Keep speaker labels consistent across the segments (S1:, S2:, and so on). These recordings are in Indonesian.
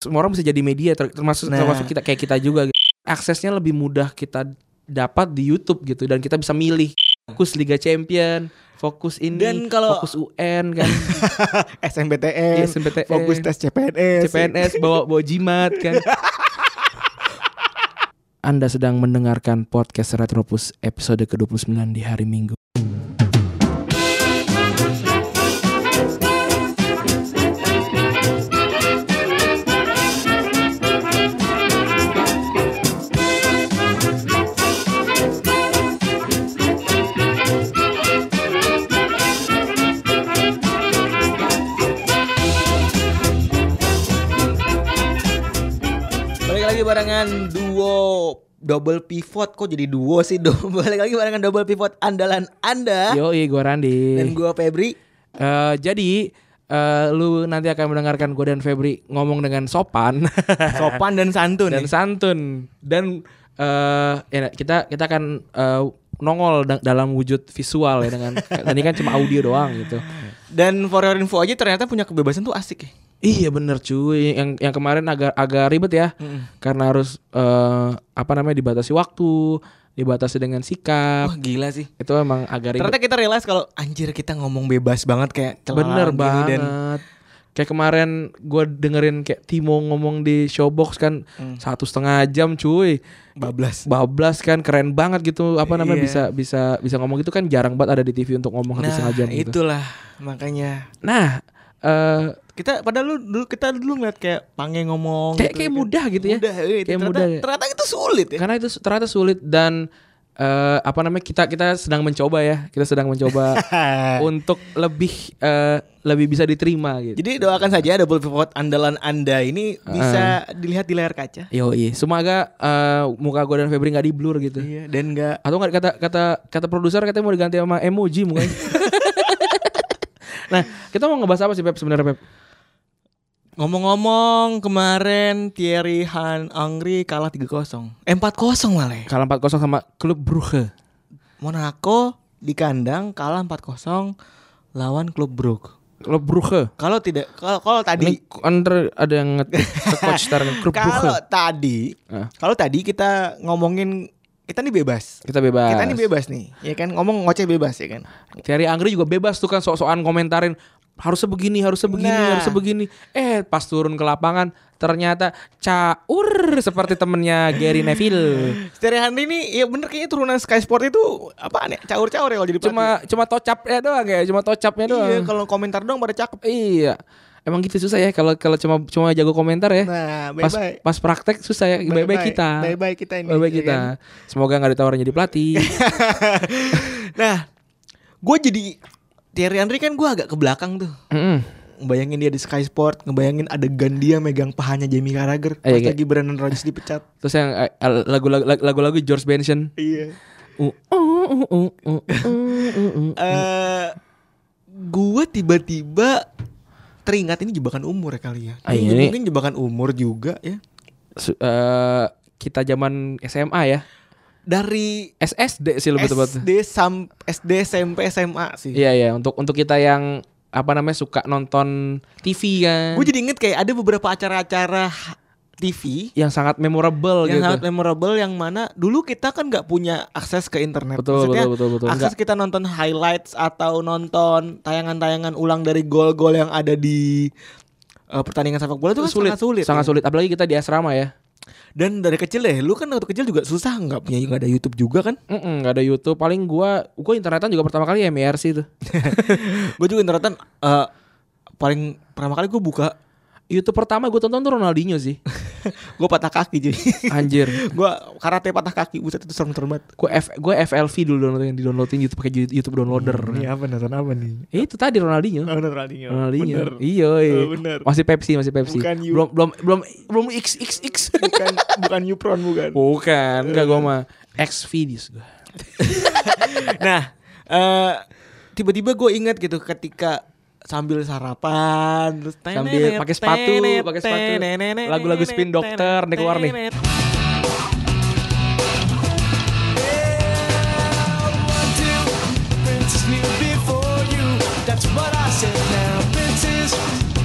S1: semua orang bisa jadi media ter- termasuk
S2: Nah.
S1: termasuk kita kayak kita juga gitu. aksesnya lebih mudah kita dapat di YouTube gitu dan kita bisa milih fokus Liga Champion fokus ini
S2: Dan kalau-
S1: fokus UN kan
S2: SMBTN,
S1: SMPTN
S2: fokus tes CPNS.
S1: CPNS bawa bawa jimat kan Anda sedang mendengarkan podcast Retropus episode ke-29 di hari Minggu
S2: Balik lagi barengan duo double pivot kok jadi duo sih do. Balik lagi barengan double pivot andalan Anda
S1: Yoi gue Randi
S2: dan gua Febri.
S1: Eh, Jadi eh, lu nanti akan mendengarkan gue dan Febri ngomong dengan sopan
S2: Sopan dan santun.
S1: dan
S2: nih.
S1: santun dan eh ya, kita kita akan eh, nongol da- dalam wujud visual ya dengan tadi kan cuma audio doang gitu
S2: Dan for your info aja ternyata punya kebebasan tuh asik ya.
S1: iya bener cuy yang yang kemarin agak agak ribet ya karena harus eh, apa namanya dibatasi waktu dibatasi dengan sikap
S2: Wah gila sih.
S1: itu emang agak ribet
S2: Ternyata kita realize kalau anjir kita ngomong bebas banget kayak
S1: bener
S2: celalaan gini
S1: banget
S2: dan
S1: kayak kemarin gue dengerin kayak Timo ngomong di showbox kan
S2: Mm.
S1: satu setengah jam cuy
S2: bablas.
S1: bablas kan keren banget gitu apa namanya
S2: Iya.
S1: bisa bisa bisa ngomong gitu kan jarang banget ada di TV untuk ngomong satu
S2: Nah,
S1: setengah jam gitu.
S2: itulah makanya
S1: Nah, eh
S2: kita padahal lu dulu kita dulu ngeliat kayak pange ngomong
S1: kayak
S2: gitu
S1: kayak
S2: kan.
S1: mudah gitu ya.
S2: Mudah, eh, itu
S1: Kayak
S2: ternyata,
S1: mudah ya.
S2: ternyata itu sulit ya.
S1: Karena itu su- ternyata sulit dan eh apa namanya kita kita sedang mencoba ya. Kita sedang mencoba untuk lebih eh, lebih bisa diterima gitu.
S2: Jadi doakan saja double pivot andalan Anda ini bisa dilihat di layar kaca.
S1: Yo, iya. Semoga eh, muka gue dan Febri nggak di blur gitu.
S2: Iya, dan enggak
S1: Atau nggak kata kata kata produser katanya mau diganti sama emoji mukanya. nah, kita mau ngebahas apa sih Pep sebenarnya Pep?
S2: ngomong-ngomong kemarin Thierry Han Angri kalah 3-0. Eh, 4-0 malah. ya.
S1: Kalah 4-0 sama klub Brugge.
S2: Monaco di kandang kalah 4-0 lawan klub Brugge.
S1: Klub Brugge.
S2: Kalau tidak kalau, kalau
S1: Ini
S2: tadi
S1: Eh, under ada yang ngetik ke coach ntar nih, klub Brugge. kan?
S2: kalau tadi
S1: Ah.
S2: kalau tadi kita ngomongin kita nih bebas.
S1: Kita bebas.
S2: Kita nih bebas nih, ya kan ngomong ngoceh bebas ya kan.
S1: Thierry Angri juga bebas tuh kan sok-sokan komentarin harusnya begini, harusnya begini,
S2: Nah.
S1: harusnya begini. Eh, pas turun ke lapangan ternyata caur seperti temennya Gary Neville.
S2: Thierry Henry ini ya bener kayaknya turunan Sky Sport itu apa aneh caur-caur ya kalau jadi pelatih.
S1: Cuma cuma tocapnya doang ya, cuma tocapnya doang.
S2: Iya, kalau komentar dong pada cakep.
S1: Iya. Emang gitu susah ya kalau kalau cuma cuma jago komentar ya.
S2: Nah,
S1: pas
S2: bye-bye.
S1: pas praktek susah ya. Bye bye kita.
S2: Bye-bye kita ini.
S1: Bye-bye
S2: ya
S1: kita.
S2: kan?
S1: Semoga nggak ditawarin jadi pelatih.
S2: Nah, gue jadi Thierry Henry kan gue agak ke belakang tuh.
S1: Mm-mm.
S2: Ngebayangin dia di Sky Sport, ngebayangin adegan dia megang pahanya Jamie Carragher pas
S1: Iya, kayak-
S2: lagi Brandon Rodgers dipecat.
S1: Terus yang eh, lagu-lagu lagu-lagu George Benson.
S2: Iya.
S1: Uh, uh, uh, uh, uh, uh, uh.
S2: Eh gue tiba-tiba teringat ini jebakan umur ya kali ya.
S1: Ah, iya, ini-
S2: Mungkin jebakan umur juga ya.
S1: Su- eh, kita zaman SMA ya.
S2: Dari
S1: SSD sih lebih tepat.
S2: SD sam SD SMP SMA sih.
S1: Iya iya untuk untuk kita yang apa namanya suka nonton TV kan.
S2: Gue jadi inget kayak ada beberapa acara-acara TV
S1: yang sangat memorable
S2: yang
S1: gitu.
S2: sangat memorable yang mana dulu kita kan nggak punya akses ke internet.
S1: Betul,
S2: Maksudnya
S1: betul, betul, betul.
S2: akses kita nonton highlights atau nonton tayangan-tayangan ulang dari gol-gol yang ada di eh, pertandingan sepak bola itu kan
S1: sulit,
S2: sangat sulit.
S1: sangat
S2: ya.
S1: sulit. Apalagi kita di asrama ya.
S2: Dan dari kecil deh, lu kan waktu kecil juga susah nggak punya nggak ada YouTube juga kan?
S1: Mm-mm, nggak ada YouTube. Paling gua gua internetan juga pertama kali E MIRC itu.
S2: gue juga internetan eh, paling pertama kali gue buka
S1: YouTube pertama gue tonton tuh Ronaldinho sih.
S2: gue patah kaki jadi
S1: Anjir.
S2: gue karate patah kaki buset itu serem serem banget.
S1: Gue F gue FLV dulu downloadin di downloadin YouTube pakai YouTube downloader.
S2: apa nonton apa nih?
S1: Eh, itu tadi Ronaldinho.
S2: Ronaldo Ronaldinho.
S1: Ronaldinho.
S2: Oh, Bener.
S1: Iya, iya.
S2: Oh, bener.
S1: Masih Pepsi, masih Pepsi.
S2: Bukan you.
S1: belum belum belum belum XXX.
S2: bukan bukan Yupron bukan.
S1: Bukan, enggak gua mah Xvideos gua.
S2: Nah, eh, tiba-tiba gue ingat gitu ketika sambil sarapan terus
S1: Sambil pakai sepatu, pakai sepatu. Lagu-lagu Spin Doctor nih keluar nih.
S3: That's what I said now, princess,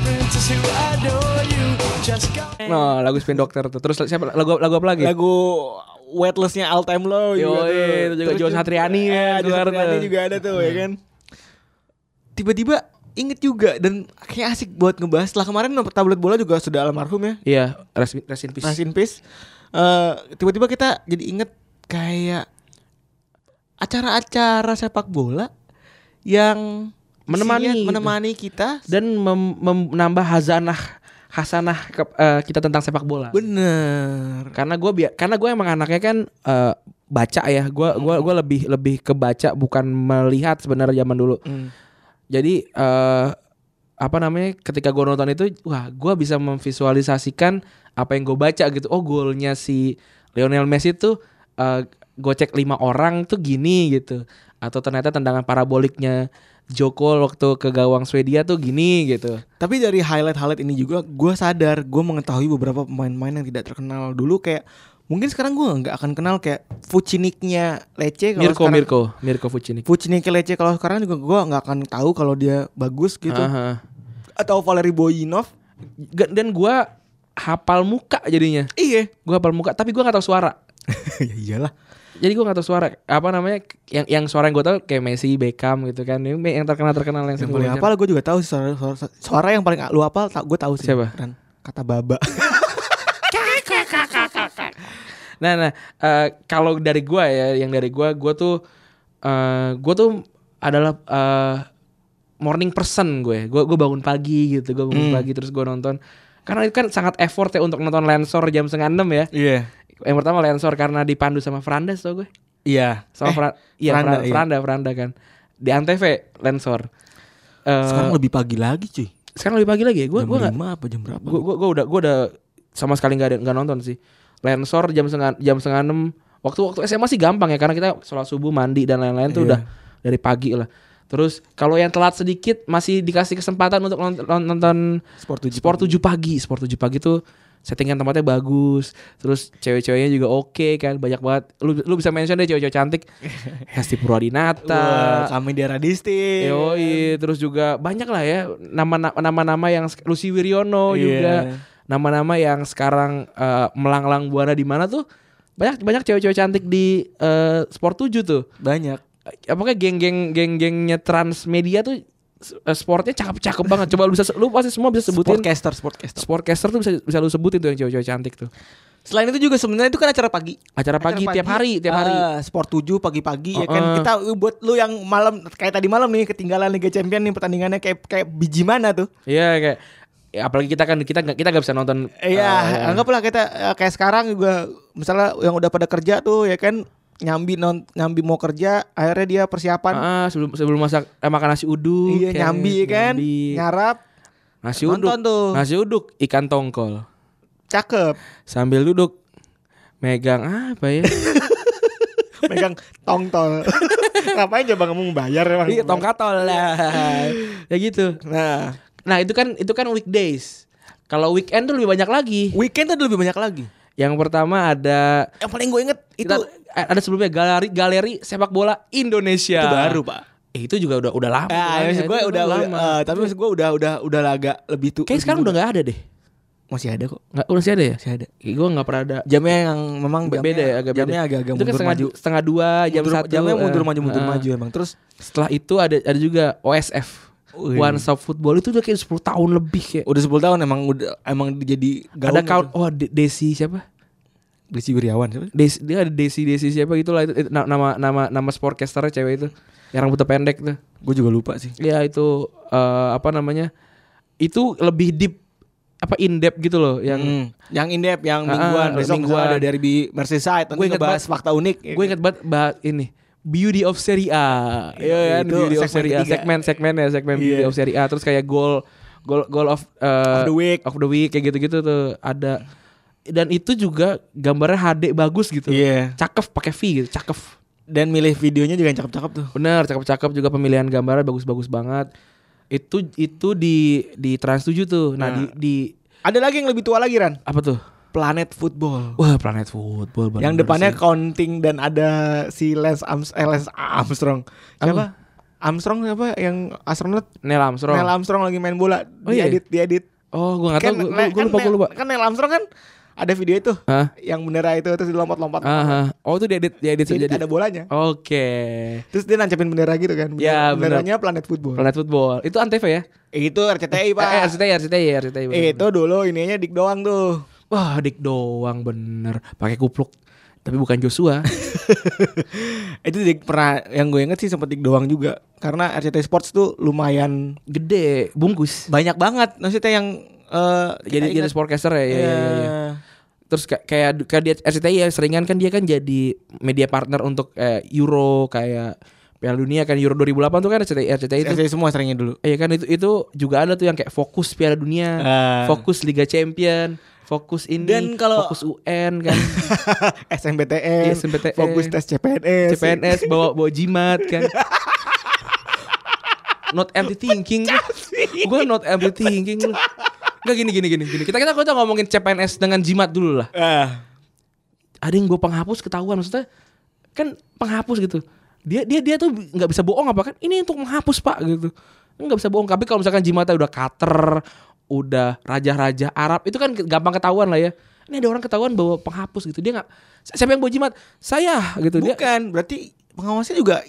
S3: princess who adore you. Just got
S1: No, lagu Spin Doctor tuh. Terus siapa lagu lagu apa lagi?
S2: lagu weightlessnya All Time Low
S1: Iya. Yoi,
S2: juga tuh.
S1: itu juga
S2: Terus
S1: Joe Satriani
S2: eh,
S1: yang
S2: Joe
S1: keluar
S2: Satriani
S1: tuh. Hmm.
S2: juga ada tuh ya kan tiba-tiba inget juga dan kayak asik buat ngebahas setelah kemarin tablet bola juga sudah almarhum ya
S1: Iya, Rest, rest in Peace.
S2: Rest in peace. Eh, tiba-tiba kita jadi inget kayak acara-acara sepak bola yang
S1: Menemani
S2: isinya
S1: gitu.
S2: menemani kita.
S1: Dan mem- mem- menambah hazanah hasanah ke- eh, kita tentang sepak bola.
S2: Bener.
S1: karena gue karena gue emang anaknya kan eh, baca ya gue gua gua lebih lebih ke baca bukan melihat sebenarnya zaman dulu jadi eh apa namanya ketika gue nonton itu wah gue bisa memvisualisasikan apa yang gue baca gitu oh golnya si Lionel Messi tuh eh gue cek lima orang tuh gini gitu atau ternyata tendangan paraboliknya Joko waktu ke gawang Swedia tuh gini gitu
S2: Tapi dari highlight-highlight ini juga gue sadar gue mengetahui beberapa pemain-pemain yang tidak terkenal dulu kayak mungkin sekarang gue nggak akan kenal kayak Fuciniknya Lece kalau
S1: Mirko
S2: sekarang
S1: Mirko Mirko Vucinic
S2: Fuciniknya Lece kalau sekarang juga gue nggak akan tahu kalau dia bagus gitu
S1: Aha.
S2: atau Valery Boyinov
S1: G- dan gue hafal muka jadinya
S2: iya
S1: gue hafal muka tapi gue nggak tahu suara
S2: ya iyalah
S1: jadi gue nggak tahu suara apa namanya yang yang suara yang gue tahu kayak Messi Beckham gitu kan yang yang terkenal terkenal yang,
S2: yang
S1: sering
S2: paling
S1: gua
S2: hafal gue juga tahu sih suara, suara, suara yang paling lu hafal tak gue tahu sih
S1: Siapa?
S2: Ran. kata baba
S1: wawancara. nah nah eh, kalau dari gue ya yang dari gue gue tuh eh gue tuh adalah eh, morning person gue gue gue bangun pagi gitu gue
S2: Hmm.
S1: bangun pagi terus gue nonton karena itu kan sangat effort ya untuk nonton Lensor jam setengah enam ya
S2: iya
S1: yang pertama Lensor karena dipandu sama Fernandes tau gue
S2: iya
S1: sama
S2: Eh,
S1: Fra- iya,
S2: Franda,
S1: Franda,
S2: iya.
S1: Franda Franda kan di Antv Lensor Eh,
S2: sekarang lebih pagi lagi cuy
S1: sekarang lebih pagi lagi ya gue
S2: jam
S1: gue nggak
S2: lima apa jam berapa
S1: gue gue udah gue udah sama sekali nggak ada- nggak nonton sih lensor jam setengah jam setengah enam waktu waktu SMA sih gampang ya karena kita sholat subuh mandi dan lain-lain tuh
S2: Iya.
S1: udah dari pagi lah terus kalau yang telat sedikit masih dikasih kesempatan untuk nont- nont- nonton
S2: sport tujuh
S1: sport 7 pagi sport 7 pagi tuh settingan tempatnya bagus terus cewek-ceweknya juga oke kan banyak banget lu lu bisa mention deh cewek-cewek cantik Hesti Purwadinata
S2: Wah, kami di Radisti Iya.
S1: Yoi, terus juga banyak lah ya nama nama-nama yang sek- Lucy Wiryono
S2: Iya.
S1: juga nama-nama yang sekarang eh, melanglang buana di mana tuh banyak banyak cewek-cewek cantik di eh, Sport 7 tuh.
S2: banyak
S1: Eh, Apakah geng-geng geng-gengnya Transmedia tuh eh, sportnya cakep-cakep banget. Coba lu bisa lu pasti semua bisa sebutin
S2: sportcaster sportcaster
S1: sportcaster tuh bisa bisa lu sebutin tuh yang cewek-cewek cantik tuh.
S2: selain itu juga sebenarnya itu kan acara pagi
S1: Acara pagi, tiap hari, tiap hari.
S2: Ah, sport 7 pagi-pagi ya kan
S1: Uh-uh.
S2: kita uh, buat lu yang malam kayak tadi malam nih ketinggalan Liga Champion nih pertandingannya kayak kayak biji mana tuh
S1: Iya kayak ya, apalagi kita kan kita nggak kita nggak bisa nonton
S2: Iya,
S1: eh,
S2: anggaplah kita eh, kayak sekarang juga misalnya yang udah pada kerja tuh ya kan nyambi non nyambi mau kerja akhirnya dia persiapan
S1: Ah, sebelum sebelum masak eh, makan nasi uduk.
S2: Kan iya
S1: kayak
S2: nyambi ya kan
S1: nyambi. Nah.
S2: nyarap
S1: Nasi uduk.
S2: nonton tuh
S1: Nasi uduk ikan tongkol.
S2: cakep
S1: Sambil duduk megang apa ya?
S2: megang tong tol ngapain coba kamu bayar emang
S1: Iya, tongkatol lah. ya gitu.
S2: nah
S1: Nah, itu kan itu kan weekdays. Kalau weekend tuh lebih banyak lagi.
S2: weekend tuh ada lebih banyak lagi
S1: Yang pertama ada
S2: yang paling gue inget itu
S1: kita- eh, ada sebelumnya galeri galeri sepak bola Indonesia.
S2: itu baru pak
S1: Eh, itu juga udah udah lama.
S2: ah
S1: tuh,
S2: Ya. maksud
S1: ya.
S2: gue
S1: Itu
S2: udah, udah
S1: lama.
S2: eh, tapi maksud gue udah udah udah agak lebih tuh
S1: Kayaknya sekarang udah nggak ada deh.
S2: masih ada kok
S1: Nggak udah sih ada ya?
S2: masih ada
S1: Gue nggak pernah ada
S2: jamnya yang memang
S1: Be- beda
S2: jamnya-
S1: ya agak beda.
S2: jamnya
S1: itu
S2: agak-agak
S1: kan
S2: mundur
S1: setengah,
S2: maju
S1: setengah dua jam
S2: mundur,
S1: satu
S2: jamnya mundur
S1: eh,
S2: maju mundur
S1: eh.
S2: maju emang terus
S1: setelah itu ada ada juga OSF
S2: Wih.
S1: One Stop Football itu udah kayak 10 tahun lebih kayak
S2: udah 10 tahun emang udah emang jadi
S1: ada count oh De- Desi siapa
S2: Desi Wiryawan siapa?
S1: Desi dia ada Desi Desi siapa gitulah itu, itu na- nama nama nama sportcasternya cewek itu yang rambutnya pendek tuh
S2: gue juga lupa sih
S1: ya itu eh, apa namanya itu lebih deep apa in depth gitu loh yang
S2: Hmm. yang indep yang
S1: Ah,
S2: mingguan
S1: ah,
S2: besok
S1: mingguan.
S2: mingguan. ada derby Merseyside nanti
S1: Gua inget
S2: ngebahas
S1: banget.
S2: fakta unik ya
S1: gue inget banget bahas ini Beauty of Serie A, iya kan?
S2: Itu
S1: Beauty of
S2: segmen
S1: Serie A,
S2: ketiga.
S1: segmen segmen ya segmen Beauty
S2: Iya.
S1: of Serie A, terus kayak goal goal goal of,
S2: Of
S1: uh,
S2: the week.
S1: of the week kayak gitu-gitu tuh ada dan itu juga gambarnya HD bagus gitu,
S2: Iya.
S1: cakep pakai V gitu, cakep
S2: dan milih videonya juga yang cakep-cakep tuh
S1: bener cakep-cakep juga pemilihan gambarnya bagus-bagus banget itu itu di di Trans 7 tuh, nah, di, di
S2: ada lagi yang lebih tua lagi Ran
S1: apa tuh?
S2: Planet Football
S1: Wah Planet Football bener
S2: yang depannya
S1: sih.
S2: counting dan ada si Lance, Arms eh, Lance Armstrong siapa Armstrong siapa yang astronot
S1: Neil Armstrong.
S2: Neil Armstrong lagi main bola
S1: Oh, iya?
S2: diedit diedit
S1: Oh, gua nggak tahu. Gua, gua, gua
S2: kan
S1: lupa, gua
S2: Neil-
S1: lupa.
S2: kan Neil Armstrong kan ada video itu
S1: Hah?
S2: yang bendera itu terus dilompat-lompat.
S1: Aha. Oh, itu diedit, diedit
S2: Ah, Jadi
S1: jadi.
S2: ada bolanya.
S1: Oke.
S2: Terus dia nancapin bendera gitu kan.
S1: Ya, bener.
S2: Bendera- benderanya Planet Football.
S1: Planet Football. Itu Antv ya?
S2: Itu RCTI, Pak.
S1: Eh, RCTI, RCTI, RCTI. bener.
S2: Itu dulu ininya Dik doang tuh.
S1: Wah, dik doang bener. Pakai kupluk. Tapi bukan Joshua.
S2: Itu Dik pernah yang gue inget sih sempet Dik doang juga. Karena RCTI Sports tuh lumayan
S1: Gede, bungkus.
S2: banyak banget maksudnya yang eh,
S1: Jadi
S2: kita
S1: jadi
S2: ingat.
S1: sportcaster ya, ya, ya, ya.
S2: Iya.
S1: Terus kayak kayak, kayak dia RCTI ya seringan kan dia kan jadi media partner untuk eh, Euro kayak Piala Dunia kan Euro 2008 tuh kan RCTI RCTI itu.
S2: RCTI Eh, semua seringnya dulu.
S1: Iya kan itu itu juga ada tuh yang kayak fokus Piala Dunia,
S2: Ah.
S1: fokus Liga Champion, fokus ini,
S2: Dan kalau-
S1: fokus UN kan,
S2: SMBTN,
S1: Iya, SMBTN.
S2: fokus tes CPNS,
S1: CPNS bawa bawa jimat kan. not empty thinking. Gue not empty thinking lu. Enggak gini gini gini gini. Kita kita kita ngomongin CPNS dengan jimat dulu lah.
S2: Ah,
S1: Ada yang gue penghapus ketahuan maksudnya kan penghapus gitu. Dia dia dia tuh nggak bisa bohong apa kan? Ini untuk menghapus pak gitu. Nggak bisa bohong. Tapi kalau misalkan jimatnya udah cutter, udah raja-raja Arab itu kan gampang ketahuan lah ya. Ini ada orang ketahuan bawa penghapus gitu. Dia nggak siapa yang bawa jimat? Saya gitu. Dia
S2: bukan berarti pengawasnya juga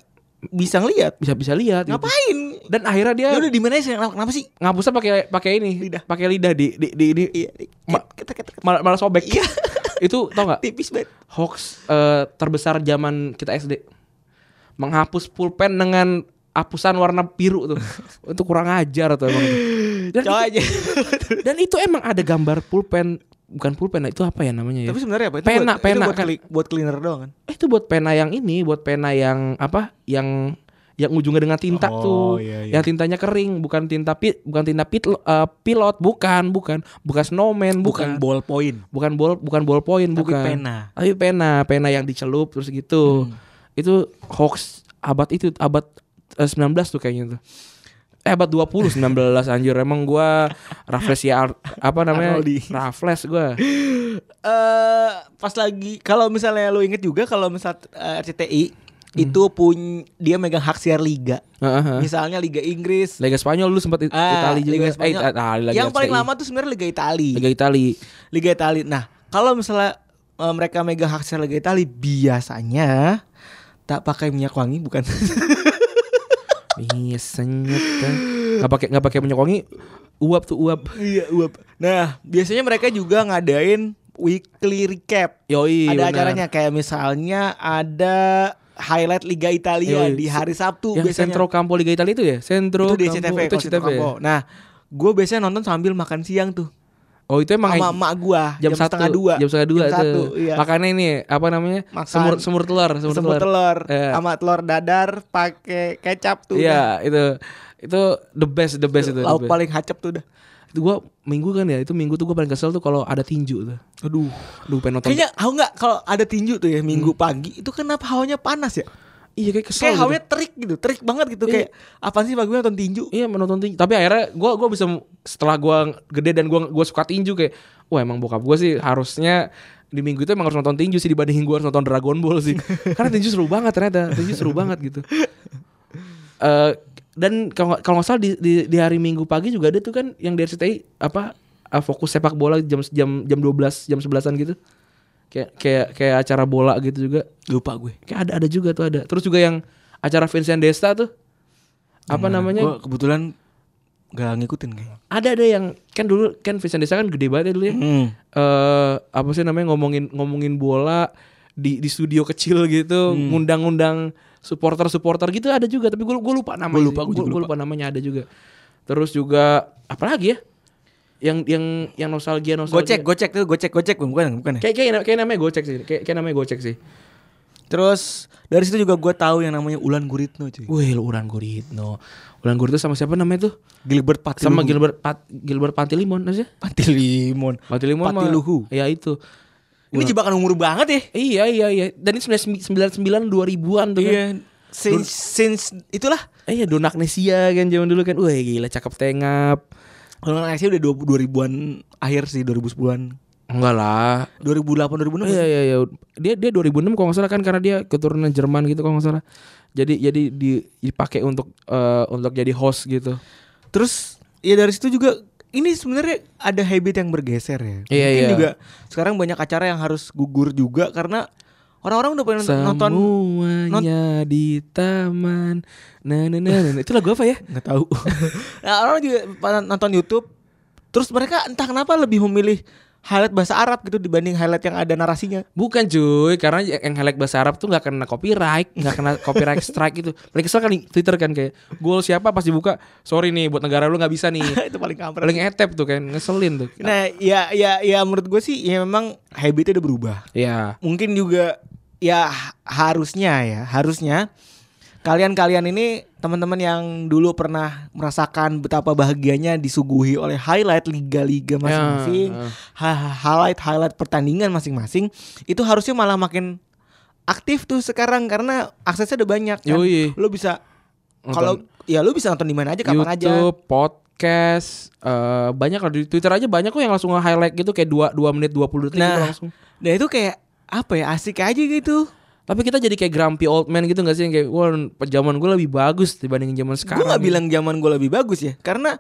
S2: bisa ngelihat.
S1: bisa bisa lihat. gitu.
S2: Ngapain?
S1: Dan akhirnya dia
S2: Ya udah di mana sih? Kenapa, kenapa sih?
S1: ngapusnya pakai pakai ini,
S2: Lidah.
S1: pakai lidah di di di, di-
S2: Iya,
S1: Ma-
S2: kita kita kita-
S1: malah, malah sobek.
S2: Iya.
S1: itu tau nggak
S2: tipis banget.
S1: hoax eh, terbesar zaman kita SD menghapus pulpen dengan hapusan warna biru tuh itu kurang ajar tuh emang dan,
S2: Coba
S1: itu,
S2: aja.
S1: dan itu emang ada gambar pulpen bukan pulpen itu apa ya namanya ya
S2: Tapi sebenarnya apa? Itu
S1: Pena,
S2: buat,
S1: pena
S2: itu buat,
S1: kan.
S2: keli- buat cleaner doang kan?
S1: Eh, itu buat pena yang ini buat pena yang apa yang yang ujungnya dengan tinta
S2: Oh,
S1: tuh
S2: iya, iya.
S1: yang tintanya kering bukan tinta pit bukan tinta pit eh, pilot bukan bukan bukan snowman bukan
S2: ballpoint,
S1: bukan bol bukan ballpoint
S2: tapi
S1: bukan
S2: pena.
S1: tapi pena pena yang dicelup terus
S2: Hmm.
S1: gitu itu hoax abad itu abad eh, 19 tuh kayaknya tuh eh abad 20 19 anjir emang gua Raffles ya Ar- apa namanya
S2: Arnoldi.
S1: Raffles gua
S2: Eh pas lagi kalau misalnya lu inget juga kalau misal eh, RCTI
S1: Hmm.
S2: itu pun dia megang hak siar liga.
S1: Heeh.
S2: Misalnya Liga Inggris,
S1: Liga Spanyol lu sempat
S2: Ah,
S1: Itali juga
S2: Liga Spanyol.
S1: Eh, Itali lagi,
S2: yang paling
S1: RCTI.
S2: lama tuh sebenarnya Liga Itali.
S1: Liga Itali
S2: Liga Itali. Nah, kalau misalnya eh, mereka megang hak siar Liga Itali biasanya tak pakai minyak wangi bukan
S1: Iya senyet kan. Gak pakai nggak pakai minyak wangi. Uap tuh uap.
S2: iya uap nah biasanya mereka juga ngadain weekly recap
S1: Yoi. Iya, benar.
S2: ada acaranya kayak misalnya ada highlight Liga Italia
S1: Yoi.
S2: di hari Sabtu
S1: Yang
S2: biasanya
S1: Centro Campo Liga Italia itu ya? Centro
S2: itu di
S1: Campo-
S2: CTV,
S1: Itu
S2: kalau Centro
S1: CTV.
S2: Campo. Nah, gue biasanya nonton sambil makan siang tuh
S1: Oh itu emang
S2: sama emak gue
S1: jam, satu,
S2: Ah, setengah dua,
S1: Jam setengah dua
S2: jam
S1: tuh.
S2: satu, iya.
S1: Makannya ini apa namanya?
S2: Makan.
S1: Semur semur telur, semur,
S2: semur
S1: telur.
S2: telur,
S1: Iya.
S2: sama telur dadar pakai kecap tuh.
S1: Iya, itu itu the best the best itu.
S2: udah.
S1: the
S2: lauk
S1: best.
S2: paling hacep tuh dah.
S1: Itu gua minggu kan ya, itu minggu tuh gua paling kesel tuh kalau ada tinju tuh.
S2: Aduh.
S1: Aduh pengen nonton.
S2: Kayaknya aku nggak kalau ada tinju tuh ya minggu pagi itu kenapa hawanya panas ya?
S1: iya kayak Hmm. kesel.
S2: Kayak
S1: gitu.
S2: hawanya terik gitu, terik banget gitu
S1: Iya.
S2: kayak apa sih pagi nonton tinju?
S1: Iya menonton tinju. Tapi akhirnya gue gua bisa setelah gua gede dan gua gua suka tinju kayak, wah emang bokap gue sih harusnya di minggu itu emang harus nonton tinju sih dibandingin gue harus nonton Dragon Ball sih. Karena tinju seru banget ternyata, tinju seru banget gitu. Eh dan kalau nggak- kalau nggak salah di, di, di hari Minggu pagi juga ada tuh kan yang dari RCTI apa eh, fokus sepak bola jam jam jam 12 jam 11-an gitu. Kayak kayak kayak acara bola gitu juga.
S2: Lupa gue.
S1: Kayak ada ada juga tuh ada. Terus juga yang acara Vincent Desta tuh
S2: Iya.
S1: apa namanya?
S2: Gue kebetulan gak ngikutin kayaknya.
S1: ada ada yang kan dulu kan Vincent Desa kan gede banget ya dulu ya. Eh
S2: Hmm.
S1: apa sih namanya ngomongin ngomongin bola di di studio kecil gitu, ngundang-ngundang supporter-supporter gitu ada juga tapi gue lupa namanya.
S2: Gua lupa,
S1: sih.
S2: gua
S1: Gua-
S2: juga
S1: gua lupa namanya ada juga. Terus juga apalagi ya? Yang yang yang nostalgia nostalgia.
S2: Gocek, gocek tuh, gocek, gocek bukan bukan ya?
S1: Kayak kayak kayak namanya gocek sih. Kayak kayak namanya gocek sih.
S2: Terus dari situ juga gue tahu yang namanya Ulan Guritno cuy.
S1: Wih, lu Uran Guritno. Uran Guritno sama siapa namanya tuh?
S2: Gilbert Patiluhu.
S1: Sama Gilbert Pat, Gilbert Pantilimon aja.
S2: Patilimon.
S1: Pantilimon mah-
S2: Patiluhu.
S1: Ya itu.
S2: Ini jebakan umur banget ya. Gitu
S1: Iya iya iya. Dan ini 99 2000-an tuh
S2: Iya.
S1: kan.
S2: Since since itulah
S1: Eh, Iya, Don Agnesia kan zaman dulu kan. Wah, gila cakep tengap.
S2: Kalau Asia udah 20 2000-an akhir sih 2010-an.
S1: Enggak lah.
S2: 2008 2006.
S1: Iya iya iya. Dia dia 2006 kalau nggak salah kan karena dia keturunan Jerman gitu kalau nggak salah. Jadi jadi di- dipakai untuk eh, untuk jadi host gitu.
S2: Terus ya dari situ juga ini sebenarnya ada habit yang bergeser ya.
S1: Iya,
S2: Mungkin
S1: iya.
S2: juga sekarang banyak acara yang harus gugur juga karena orang-orang udah pengen nonton
S1: Semuanya di taman. Nah, nah, nah, nah, nah. Itu lagu apa ya?
S2: nggak tahu. nah, orang juga pada nonton YouTube. Terus mereka entah kenapa lebih memilih highlight bahasa Arab gitu dibanding highlight yang ada narasinya.
S1: Bukan cuy, karena yang helek bahasa Arab tuh nggak kena copyright, nggak kena copyright strike itu. Paling kesel kan di Twitter kan kayak goal siapa pas dibuka, sorry nih buat negara lu nggak bisa nih.
S2: Itu paling kampret.
S1: Paling etep tuh kan, ngeselin tuh.
S2: Nah, ya ya ya menurut gue sih ya memang habitnya udah berubah.
S1: Ya,
S2: Mungkin juga ya ha- harusnya ya, harusnya kalian-kalian ini teman-teman yang dulu pernah merasakan betapa bahagianya disuguhi oleh highlight liga-liga masing-masing,
S1: Ya,
S2: ha- highlight highlight pertandingan masing-masing, itu harusnya malah makin aktif tuh sekarang karena aksesnya udah banyak kan.
S1: Yoi.
S2: Lo bisa
S1: Nonton
S2: kalau ya lu bisa nonton di mana aja kapan aja.
S1: YouTube, podcast, eh, banyak kalau di Twitter aja banyak kok yang langsung nge-highlight gitu kayak 2 2 menit 20 detik gitu
S2: Nah.
S1: langsung.
S2: Dan itu kayak apa ya asik aja gitu.
S1: Tapi kita jadi kayak grumpy old man gitu gak sih yang kayak wah zaman gue lebih bagus dibandingin zaman
S2: Gue
S1: sekarang.
S2: gak bilang zaman gue lebih bagus ya Karena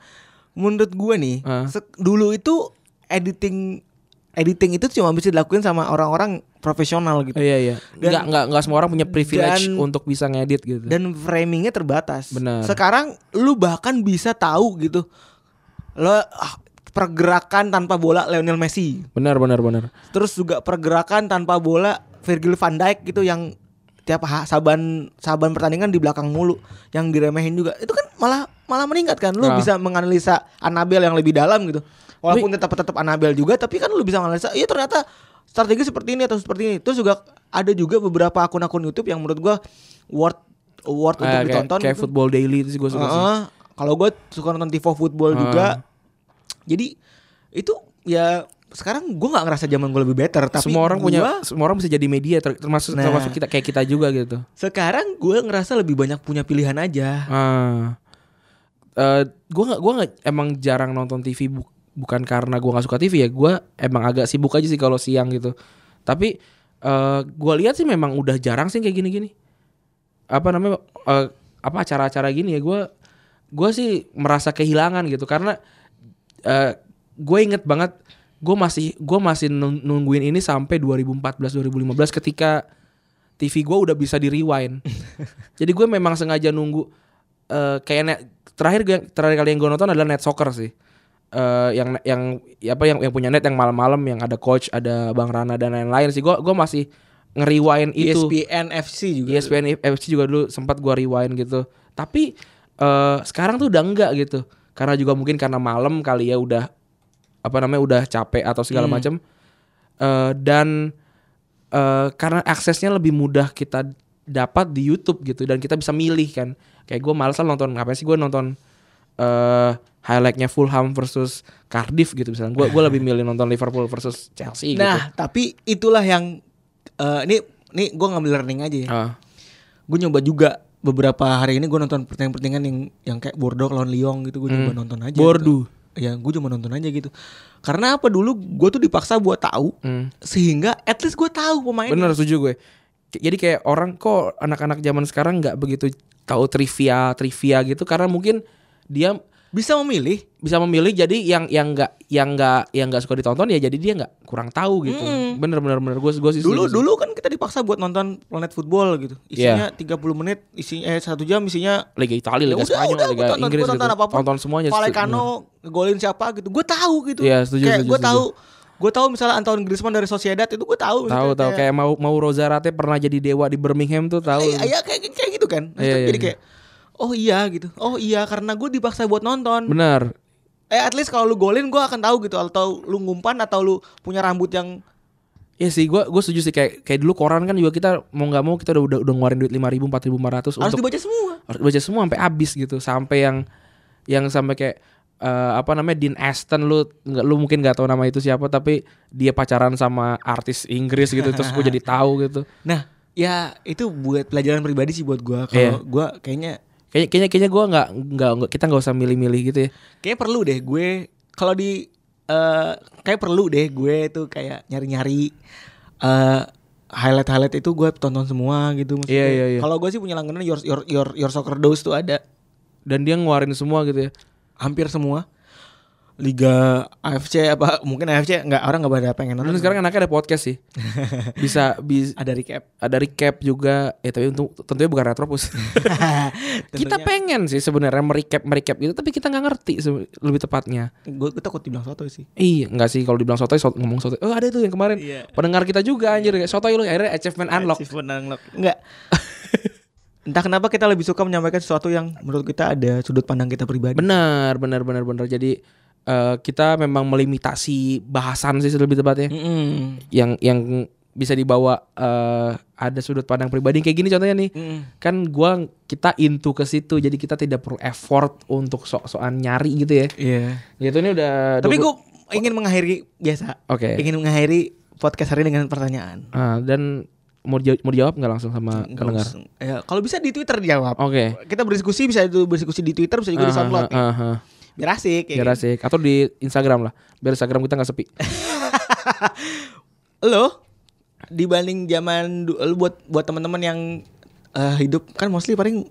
S2: menurut gue nih
S1: Hah?
S2: sek- Dulu itu editing Editing itu cuma bisa dilakuin sama orang-orang profesional gitu
S1: Iya iya.
S2: Dan-
S1: Enggak enggak enggak semua orang punya privilege
S2: dan-
S1: untuk bisa ngedit gitu.
S2: Dan framingnya terbatas
S1: Benar.
S2: Sekarang lu bahkan bisa tahu gitu Lo ah, pergerakan tanpa bola Lionel Messi
S1: benar benar benar.
S2: Terus juga pergerakan tanpa bola Virgil van Dijk gitu yang tiap ha- saban saban pertandingan di belakang mulu yang diremehin juga itu kan malah malah meningkat kan lu
S1: Nah.
S2: bisa menganalisa Anabel yang lebih dalam gitu walaupun tetap tetap Anabel juga tapi kan lu bisa menganalisa iya ternyata strategi seperti ini atau seperti ini terus juga ada juga beberapa akun-akun YouTube yang menurut gua worth worth
S1: Eh,
S2: untuk
S1: kayak,
S2: ditonton
S1: kayak
S2: gitu. Ah,
S1: football daily itu sih gue suka sih.
S2: Heeh. Kalau gue suka nonton Tivo Football
S1: Heeh.
S2: juga. Jadi itu ya sekarang gue nggak ngerasa zaman gue lebih better tapi
S1: semua orang
S2: gua-
S1: punya semua orang bisa jadi media ter- termasuk
S2: Nah.
S1: termasuk kita kayak kita juga gitu.
S2: sekarang gue ngerasa lebih banyak punya pilihan aja
S1: Ah. Eh, gua nggak gua nggak emang jarang nonton TV bu- bukan karena gua nggak suka TV ya. Gua emang agak sibuk aja sih kalau siang gitu. Tapi eh gua lihat sih memang udah jarang sih kayak gini-gini. Apa namanya eh, apa acara-acara gini ya gua gua sih merasa kehilangan gitu karena eh gue inget banget gue masih gue masih nun- nungguin ini sampai 2014 2015 ketika TV gue udah bisa di rewind jadi gue memang sengaja nunggu eh kayak net, terakhir gue terakhir kali yang gue nonton adalah net soccer sih Eh yang yang ya apa yang yang punya net yang malam-malam yang ada coach ada bang Rana dan lain-lain sih gue gue masih ngeriwain
S2: E
S1: itu
S2: ESPN FC juga
S1: ESPN FC juga dulu sempat gua rewind gitu. Tapi eh, sekarang tuh udah enggak gitu. Karena juga mungkin karena malam kali ya udah apa namanya udah capek atau segala macam. Eh, dan eh, karena aksesnya lebih mudah kita dapat di YouTube gitu dan kita bisa milih kan. Kayak gua males lah nonton apa sih gua nonton eh highlightnya Fulham versus Cardiff gitu misalnya. Gua gua lebih milih nonton Liverpool versus Chelsea gitu.
S2: nah tapi itulah yang eh, ini ini gue ngambil learning aja ya
S1: Ah,
S2: gue nyoba juga beberapa hari ini gue nonton pertandingan-pertandingan yang yang kayak Bordeaux lawan Lyon gitu gue nyoba nonton aja
S1: Hmm. Bordeaux.
S2: gitu. ya gue cuma nonton aja gitu karena apa dulu gue tuh dipaksa buat tahu
S1: Hmm.
S2: sehingga at least gue tahu pemain
S1: Bener setuju gue. K- Jadi kayak orang kok anak-anak zaman sekarang nggak begitu tahu trivia trivia gitu karena mungkin dia
S2: bisa memilih
S1: bisa memilih jadi yang yang nggak yang nggak yang nggak suka ditonton ya jadi dia nggak kurang tahu gitu. Bener bener bener gue gue sih setuju
S2: dulu
S1: sih.
S2: dulu kan kita dipaksa buat nonton Planet Football gitu
S1: Iya.
S2: isinya 30 menit isinya eh satu jam isinya
S1: Liga Italia, Liga
S2: Ya udah,
S1: Spanyol,
S2: udah, gua
S1: Liga
S2: tonton,
S1: Inggris
S2: gua tonton
S1: gitu.
S2: apapun.
S1: Tonton semuanya. setuju.
S2: Vallecano golin siapa gitu gue tahu gitu
S1: Iya, setuju,
S2: kayak
S1: setuju,
S2: gue
S1: setuju.
S2: tahu gue tahu misalnya Antoine Griezmann dari Sociedad itu gue
S1: Tahu
S2: tahu Misalnya
S1: tahu kayak mau mau Rozarate pernah jadi dewa di Birmingham tuh tahu.
S2: Iya, iya, kayak kayak gitu kan. Terus
S1: Iya,
S2: kan
S1: iya,
S2: jadi
S1: iya.
S2: kayak oh iya gitu. Oh iya karena gue dipaksa buat nonton.
S1: Bener.
S2: Eh at least kalau lu golin gue akan tahu gitu atau lu ngumpan atau lu punya rambut yang
S1: Iya sih, gue gue setuju sih kayak kayak dulu koran kan juga kita mau nggak mau kita udah udah, udah ngeluarin duit lima ribu empat ribu lima ratus
S2: harus
S1: untuk
S2: dibaca semua.
S1: harus baca semua sampai habis gitu sampai yang yang sampai kayak eh, apa namanya Dean Aston lu nggak lu mungkin nggak tahu nama itu siapa tapi dia pacaran sama artis Inggris gitu terus gue jadi tahu gitu
S2: Nah, ya itu buat pelajaran pribadi sih buat gue
S1: Iya.
S2: kalau gue kayaknya
S1: kayaknya kayaknya kayaknya gue nggak nggak nggak- kita nggak usah milih-milih gitu ya
S2: kayaknya perlu deh gue kalau di eh kayak perlu deh gue tuh kayak nyari-nyari eh highlight-highlight itu gue tonton semua gitu maksudnya.
S1: Iya, iya, iya.
S2: Kalau gue sih punya langganan your your your your soccer dose tuh ada
S1: dan dia ngeluarin semua gitu ya
S2: hampir semua. liga AFC apa mungkin AFC nggak orang nggak pada pengen
S1: Dan
S2: nonton
S1: sekarang anaknya ada podcast sih. Bisa bisa
S2: ada recap
S1: ada recap juga. Ya tapi untuk tentunya bukan retropus. kita pengen sih sebenarnya merecap merecap gitu tapi kita nggak ngerti sebe- lebih tepatnya.
S2: gue gue takut dibilang soto sih
S1: Iya, enggak sih kalau dibilang sotoy sot- ngomong sotoy. Oh, ada tuh yang kemarin.
S2: Iya.
S1: Pendengar kita juga anjir kayak sotoy lu akhirnya achievement unlock.
S2: Achievement unlock nggak entah kenapa kita lebih suka menyampaikan sesuatu yang menurut kita ada sudut pandang kita pribadi
S1: Benar, benar benar benar. Jadi eh, kita memang melimitasi bahasan sih lebih tepatnya.
S2: Hmm. Mm-mm.
S1: Yang yang bisa dibawa eh, ada sudut pandang pribadi kayak gini contohnya nih.
S2: Mm-mm.
S1: Kan gua kita into ke situ jadi kita tidak perlu effort untuk sok-sokan nyari gitu ya.
S2: Iya.
S1: Gitu ini udah
S2: tapi
S1: 20
S2: gue ingin mengakhiri biasa
S1: Oke.
S2: ingin mengakhiri podcast hari ini dengan pertanyaan
S1: Ah, dan mau dia- mau dijawab nggak langsung sama
S2: Nggak
S1: pendengar?
S2: usah. Ya, kalau bisa di Twitter dijawab
S1: Oke.
S2: kita berdiskusi bisa itu berdiskusi di Twitter bisa juga di
S1: Ah,
S2: SoundCloud
S1: ah, ah, ah.
S2: biar asik ya
S1: biar
S2: kan?
S1: asik atau di Instagram lah biar Instagram kita nggak sepi
S2: lo dibanding zaman du- lo buat buat teman-teman yang eh, hidup kan mostly paling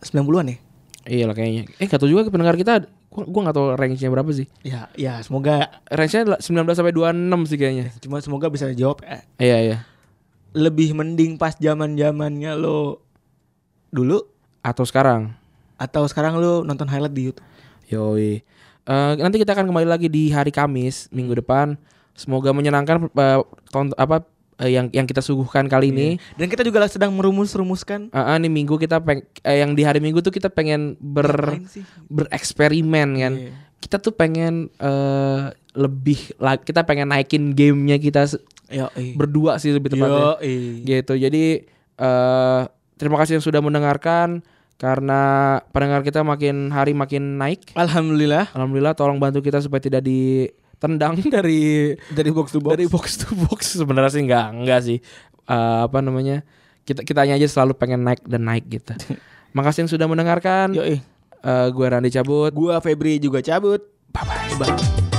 S2: 90-an ya.
S1: iya lah kayaknya eh nggak tahu juga pendengar kita gua gua nggak tahu range-nya berapa sih
S2: Ya, ya semoga
S1: range-nya 19 sampai 26 sih kayaknya
S2: cuma semoga bisa jawab eh,
S1: iya iya
S2: lebih mending pas zaman-zamannya lo dulu
S1: atau sekarang
S2: atau sekarang lo nonton highlight di YouTube.
S1: yoi Eh, nanti kita akan kembali lagi di hari Kamis minggu depan semoga menyenangkan eh, tont- apa eh, yang yang kita suguhkan kali ini
S2: Dan kita juga sedang merumus-rumuskan
S1: Ah, ah, nih minggu kita peng eh, yang di hari minggu tuh kita pengen ber
S2: Ngapain sih?
S1: bereksperimen kan.
S2: Iya.
S1: Kita tuh pengen eh, lebih la- kita pengen naikin gamenya kita se-
S2: Yo, eh.
S1: berdua sih lebih
S2: Yo,
S1: tepatnya.
S2: eh.
S1: Gitu. Jadi eh terima kasih yang sudah mendengarkan karena pendengar kita makin hari makin naik.
S2: Alhamdulillah
S1: Alhamdulillah tolong bantu kita supaya tidak ditendang dari
S2: dari box to box.
S1: dari box to box sebenarnya sih enggak enggak sih Eh, apa namanya kita kitanya aja selalu pengen naik dan naik gitu makasih yang sudah mendengarkan
S2: Yo, eh.
S1: Eh, gue Randy cabut
S2: Gua Febri juga cabut.
S1: bye bye
S2: Bye.